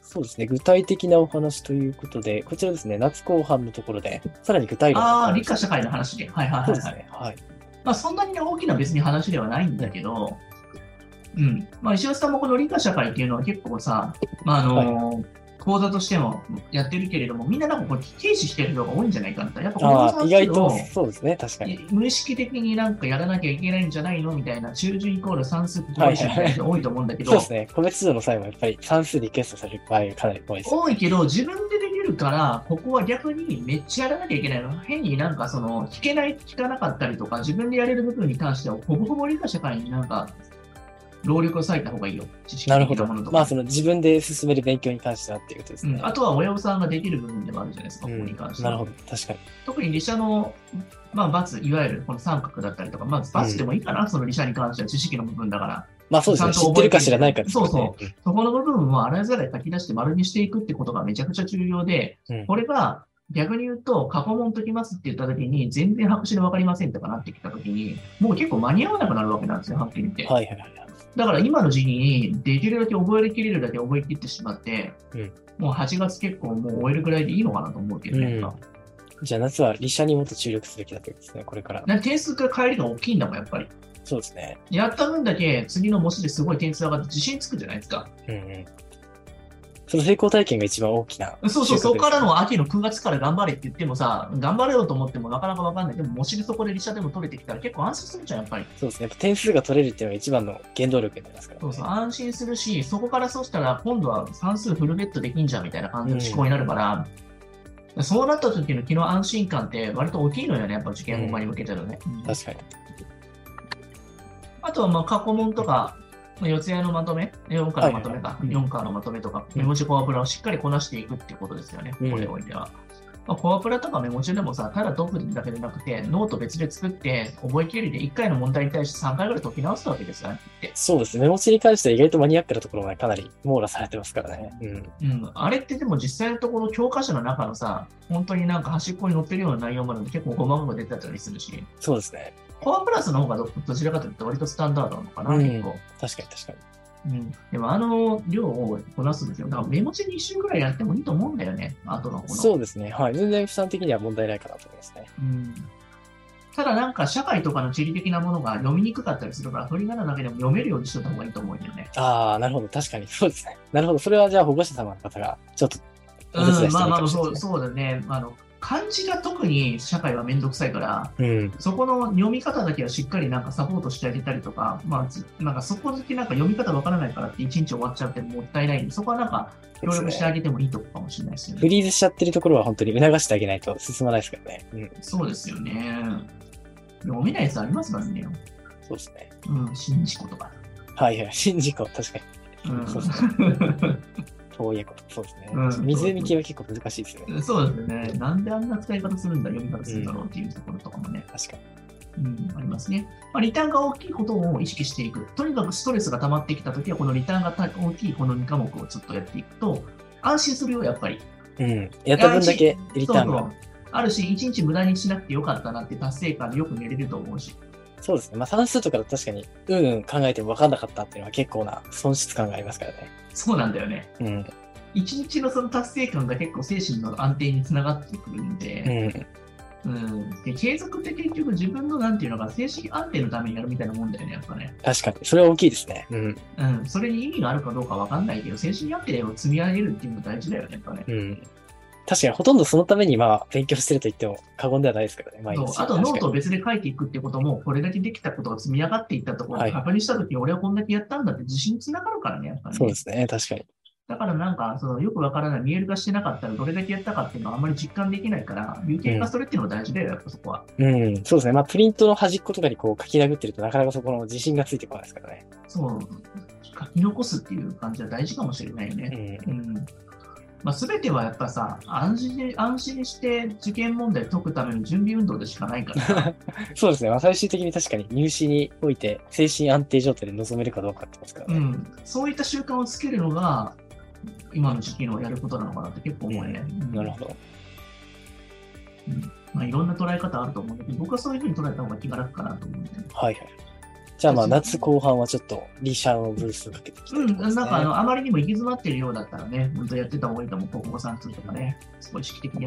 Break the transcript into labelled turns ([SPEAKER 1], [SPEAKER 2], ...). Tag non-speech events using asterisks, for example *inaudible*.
[SPEAKER 1] そうですね、具体的なお話ということで、こちらですね、夏後半のところで、さらに具体論
[SPEAKER 2] ああ、立夏社会の話ね。はいはいはい、
[SPEAKER 1] そ
[SPEAKER 2] は
[SPEAKER 1] う
[SPEAKER 2] い
[SPEAKER 1] ですね、はい。
[SPEAKER 2] まあ、そんなにね大きな別に話ではないんだけど、うん。まあ、石橋さんもこの理科社会っていうのは結構さ、まあ、あの講座としてもやってるけれども、みんななんかこう軽視してる人が多いんじゃないかなって。やっぱこの
[SPEAKER 1] ああ、
[SPEAKER 2] 話
[SPEAKER 1] 意外
[SPEAKER 2] を
[SPEAKER 1] とそうですね、確かに。
[SPEAKER 2] 無意識的になんかやらなきゃいけないんじゃないのみたいな、中旬イコール算数教師みたいな人多いと思うんだけど、
[SPEAKER 1] そうですね、個別指導の際もやっぱり算数リクエストされる場合がかなり多いです。
[SPEAKER 2] 多いけど、自分でできるから、ここは逆にめっちゃやらなきゃいけないの。変になんかその、聞けない、聞かなかったりとか、自分でやれる部分に関しては、ほぼほぼ理科社会になんか、労力を割いた方がいいよ。知識
[SPEAKER 1] なるほ
[SPEAKER 2] 的
[SPEAKER 1] ど。
[SPEAKER 2] なものとか。
[SPEAKER 1] まあ、その自分で進める勉強に関してはっていうことです
[SPEAKER 2] う
[SPEAKER 1] ね。
[SPEAKER 2] ん、あとは親御さんができる部分でもあるじゃないですか、ここに関して
[SPEAKER 1] なる
[SPEAKER 2] は。
[SPEAKER 1] ほど、確かに。
[SPEAKER 2] 特に理社の、まあ、罰、いわゆるこの三角だったりとか、まあ、罰でもいいかな、その理社に関しては知識の部分だから。
[SPEAKER 1] まあそうですね、
[SPEAKER 2] ち
[SPEAKER 1] 知
[SPEAKER 2] ゃんと
[SPEAKER 1] って
[SPEAKER 2] 覚
[SPEAKER 1] る
[SPEAKER 2] えて
[SPEAKER 1] か
[SPEAKER 2] る
[SPEAKER 1] 知らないかですね。
[SPEAKER 2] そうそこの部分をあらゆる書き出して丸にしていくってことがめちゃくちゃ重要で、
[SPEAKER 1] うん
[SPEAKER 2] これが逆に言うと、過去問解きますって言った時に、全然白紙で分かりませんとかなってきた時に、もう結構間に合わなくなるわけなんですよ、はっきり言って。
[SPEAKER 1] うんはいはいはい。
[SPEAKER 2] だから今の時期に、できるだけ覚えきれるだけ覚えきってしまって、
[SPEAKER 1] うん
[SPEAKER 2] もう8月結構もう終えるぐらいでいいのかなと思うけどね。
[SPEAKER 1] うん
[SPEAKER 2] なんか
[SPEAKER 1] じゃあ夏は立社にもっと注力すべきだということですね、これから。
[SPEAKER 2] なんか点数が変えるのが大きいんだもん、やっぱり。
[SPEAKER 1] そうですね。
[SPEAKER 2] やった分だけ次の模試ですごい点数上がって自信つくじゃないですか。
[SPEAKER 1] うんうん。その成功体験が一番大きな収穫です。
[SPEAKER 2] そうそう、そこからの秋の9月から頑張れって言ってもさ、頑張れようと思ってもなかなかわかんない。でも、もしそこでリシャでも取れてきたら結構安心するじゃん、やっぱり。
[SPEAKER 1] そうですね。やっぱ点数が取れるっていうのが一番の原動力になりますから、ね。
[SPEAKER 2] そうそう、安心するし、そこからそうしたら今度は算数フルベッドできんじゃんみたいな感じの思考になるから、そうなった時の気の安心感って割と大きいのよね、やっぱ受験本番に向けてるね。うん
[SPEAKER 1] 確かに。
[SPEAKER 2] あとはまあ過去問とか、まあ四つ谷のまとめ、4課のまとめか、
[SPEAKER 1] いはい
[SPEAKER 2] 4課のまとめとか、
[SPEAKER 1] うん
[SPEAKER 2] メモ字コアプラをしっかりこなしていくっていうことですよね、
[SPEAKER 1] うん
[SPEAKER 2] これにおいては。まあ、コアプラとかメモ中でもさ、ただ解くだけでなくて、ノート別で作って、覚えきりで1回の問題に対して3回ぐらい解き直すわけですよねって。
[SPEAKER 1] そうですね。メモチに関しては意外とマニアックなところがかなり網羅されてますからね。うん。
[SPEAKER 2] うん、あれってでも実際のところ、教科書の中のさ、本当になんか端っこに載ってるような内容まで結構5万語出てたりするし、
[SPEAKER 1] そうですね。
[SPEAKER 2] コアプラスの方がどどちらかというと割とスタンダードなのかな、
[SPEAKER 1] うん
[SPEAKER 2] 結構。
[SPEAKER 1] 確かに確かに。
[SPEAKER 2] うん、でもあの量をこなすんですよ。だからメモ中に一瞬ぐらいやってもいいと思うんだよね、あとのこの。
[SPEAKER 1] そうですね。はい。全然負担的には問題ないかなと思いますね。
[SPEAKER 2] うんただなんか社会とかの地理的なものが読みにくかったりするから、振り仮名だけでも読めるようにしといた方がいいと思うんだよね。
[SPEAKER 1] ああ、なるほど。確かに。そうですね。なるほど。それはじゃあ保護者様の方が、ちょっと、お手伝
[SPEAKER 2] う
[SPEAKER 1] いし
[SPEAKER 2] ん、
[SPEAKER 1] て
[SPEAKER 2] ま
[SPEAKER 1] もい
[SPEAKER 2] あ
[SPEAKER 1] い
[SPEAKER 2] ま
[SPEAKER 1] かも
[SPEAKER 2] あ
[SPEAKER 1] しれな
[SPEAKER 2] そ、
[SPEAKER 1] いうですね。
[SPEAKER 2] そうだね。あの、漢字が特に社会はめんどくさいから、
[SPEAKER 1] うん。
[SPEAKER 2] そこの読み方だけはしっかりなんかサポートしてあげたりとか、まあつ、なんかそこだけなんか読み方わからないからって一日終わっちゃってもったいないんで、そこはなんか協力してあげてもいいとこかもしれないですよね
[SPEAKER 1] フ。リーズしちゃってるところは本当に促してあげないと進まないですからね。うん、
[SPEAKER 2] そうですよね。読めないやつありますからね。
[SPEAKER 1] そうですね。
[SPEAKER 2] うん、新事故とか。
[SPEAKER 1] はい *laughs* はい。新事故、確かに。
[SPEAKER 2] うん、
[SPEAKER 1] そ
[SPEAKER 2] そう
[SPEAKER 1] で
[SPEAKER 2] うですす *laughs*
[SPEAKER 1] 遠いこと。そうですね。
[SPEAKER 2] うん
[SPEAKER 1] 湖系は結構難しいですよね。
[SPEAKER 2] ね。なんであんな使い方するんだ、読み方するんだろうっていうところとかもね、
[SPEAKER 1] 確かに。
[SPEAKER 2] うん、ありますね。まあ、リターンが大きいことを意識していく。とにかくストレスが溜まってきたときは、このリターンがた大きいこの2科目をずっとやっていくと、安心するよ、やっぱり。
[SPEAKER 1] うん。やった分だけリターン
[SPEAKER 2] そう
[SPEAKER 1] が。
[SPEAKER 2] そうあるし、1日無駄にしなくてよかったなって達成感でよく寝れると思うし。
[SPEAKER 1] そうですね。まあ算数とかだと確かに、うんうん考えても分かんなかったっていうのは結構な損失感がありますからね。
[SPEAKER 2] そうなんだよね。
[SPEAKER 1] うん。
[SPEAKER 2] 一日のその達成感が結構精神の安定につながってくるんで,、
[SPEAKER 1] うん。
[SPEAKER 2] うんで継続って結局自分のなんていうのが精神安定のためにやるみたいなもんだよねやっぱね、
[SPEAKER 1] 確かに。それは大きいですね。うん。
[SPEAKER 2] うん、それに意味があるかどうかわかんないけど精神安定を積み上げるっていうのが大事だよねやっぱね
[SPEAKER 1] うん。確かに、ほとんどそのために、まあ、勉強してると言っても過言ではないですからね、毎
[SPEAKER 2] そう
[SPEAKER 1] 日。
[SPEAKER 2] あとノート
[SPEAKER 1] 確か
[SPEAKER 2] を別で書いていくってこともこれだけできたことが積み上がっていったところ
[SPEAKER 1] は
[SPEAKER 2] を
[SPEAKER 1] い
[SPEAKER 2] 確認した時に、俺はこんだけやったんだって自信につながるからねやっぱ
[SPEAKER 1] に
[SPEAKER 2] りね
[SPEAKER 1] そうですね、確かに。
[SPEAKER 2] だからなんかそのよくわからない見える化してなかったらどれだけやったかっていうのはあんまり実感できないから有形化するっていうのが大事だよやっぱそこは。
[SPEAKER 1] うん、そうですね。まあ、プリントの端っことかにこう書き殴ってると、なかなかそこの自信がついてこないですからね。
[SPEAKER 2] そう、書き残すっていう感じは大事かもしれないよ
[SPEAKER 1] う
[SPEAKER 2] ね。
[SPEAKER 1] ん。
[SPEAKER 2] うん。まあ、全てはやっぱさ、安心安心して受験問題解くための準備運動でしかないからさ
[SPEAKER 1] そうですね。まあ、最終的に確かに入試において、精神安定状態で臨めるか *laughs* どうかってことですから
[SPEAKER 2] う
[SPEAKER 1] ね。
[SPEAKER 2] ん。そういった習慣をつけるのが、今の時期のやることなのかなって結構思うよね。
[SPEAKER 1] なるほど。
[SPEAKER 2] ど。まあ、いろんな捉え方あると思うんだけど、僕はそういうふうに捉えた方が気が楽かなと思うんだよね。
[SPEAKER 1] はいはい。じゃあまあ夏後半はちょっとリシャンをブーストかけていきた
[SPEAKER 2] う
[SPEAKER 1] い
[SPEAKER 2] ん、
[SPEAKER 1] ところ
[SPEAKER 2] な
[SPEAKER 1] です
[SPEAKER 2] ん
[SPEAKER 1] ね。
[SPEAKER 2] かあの、あまりにも行き詰まってるようだったらね、本当やってた方がいいと思う、高校さんとかね、すごい意識的にやっ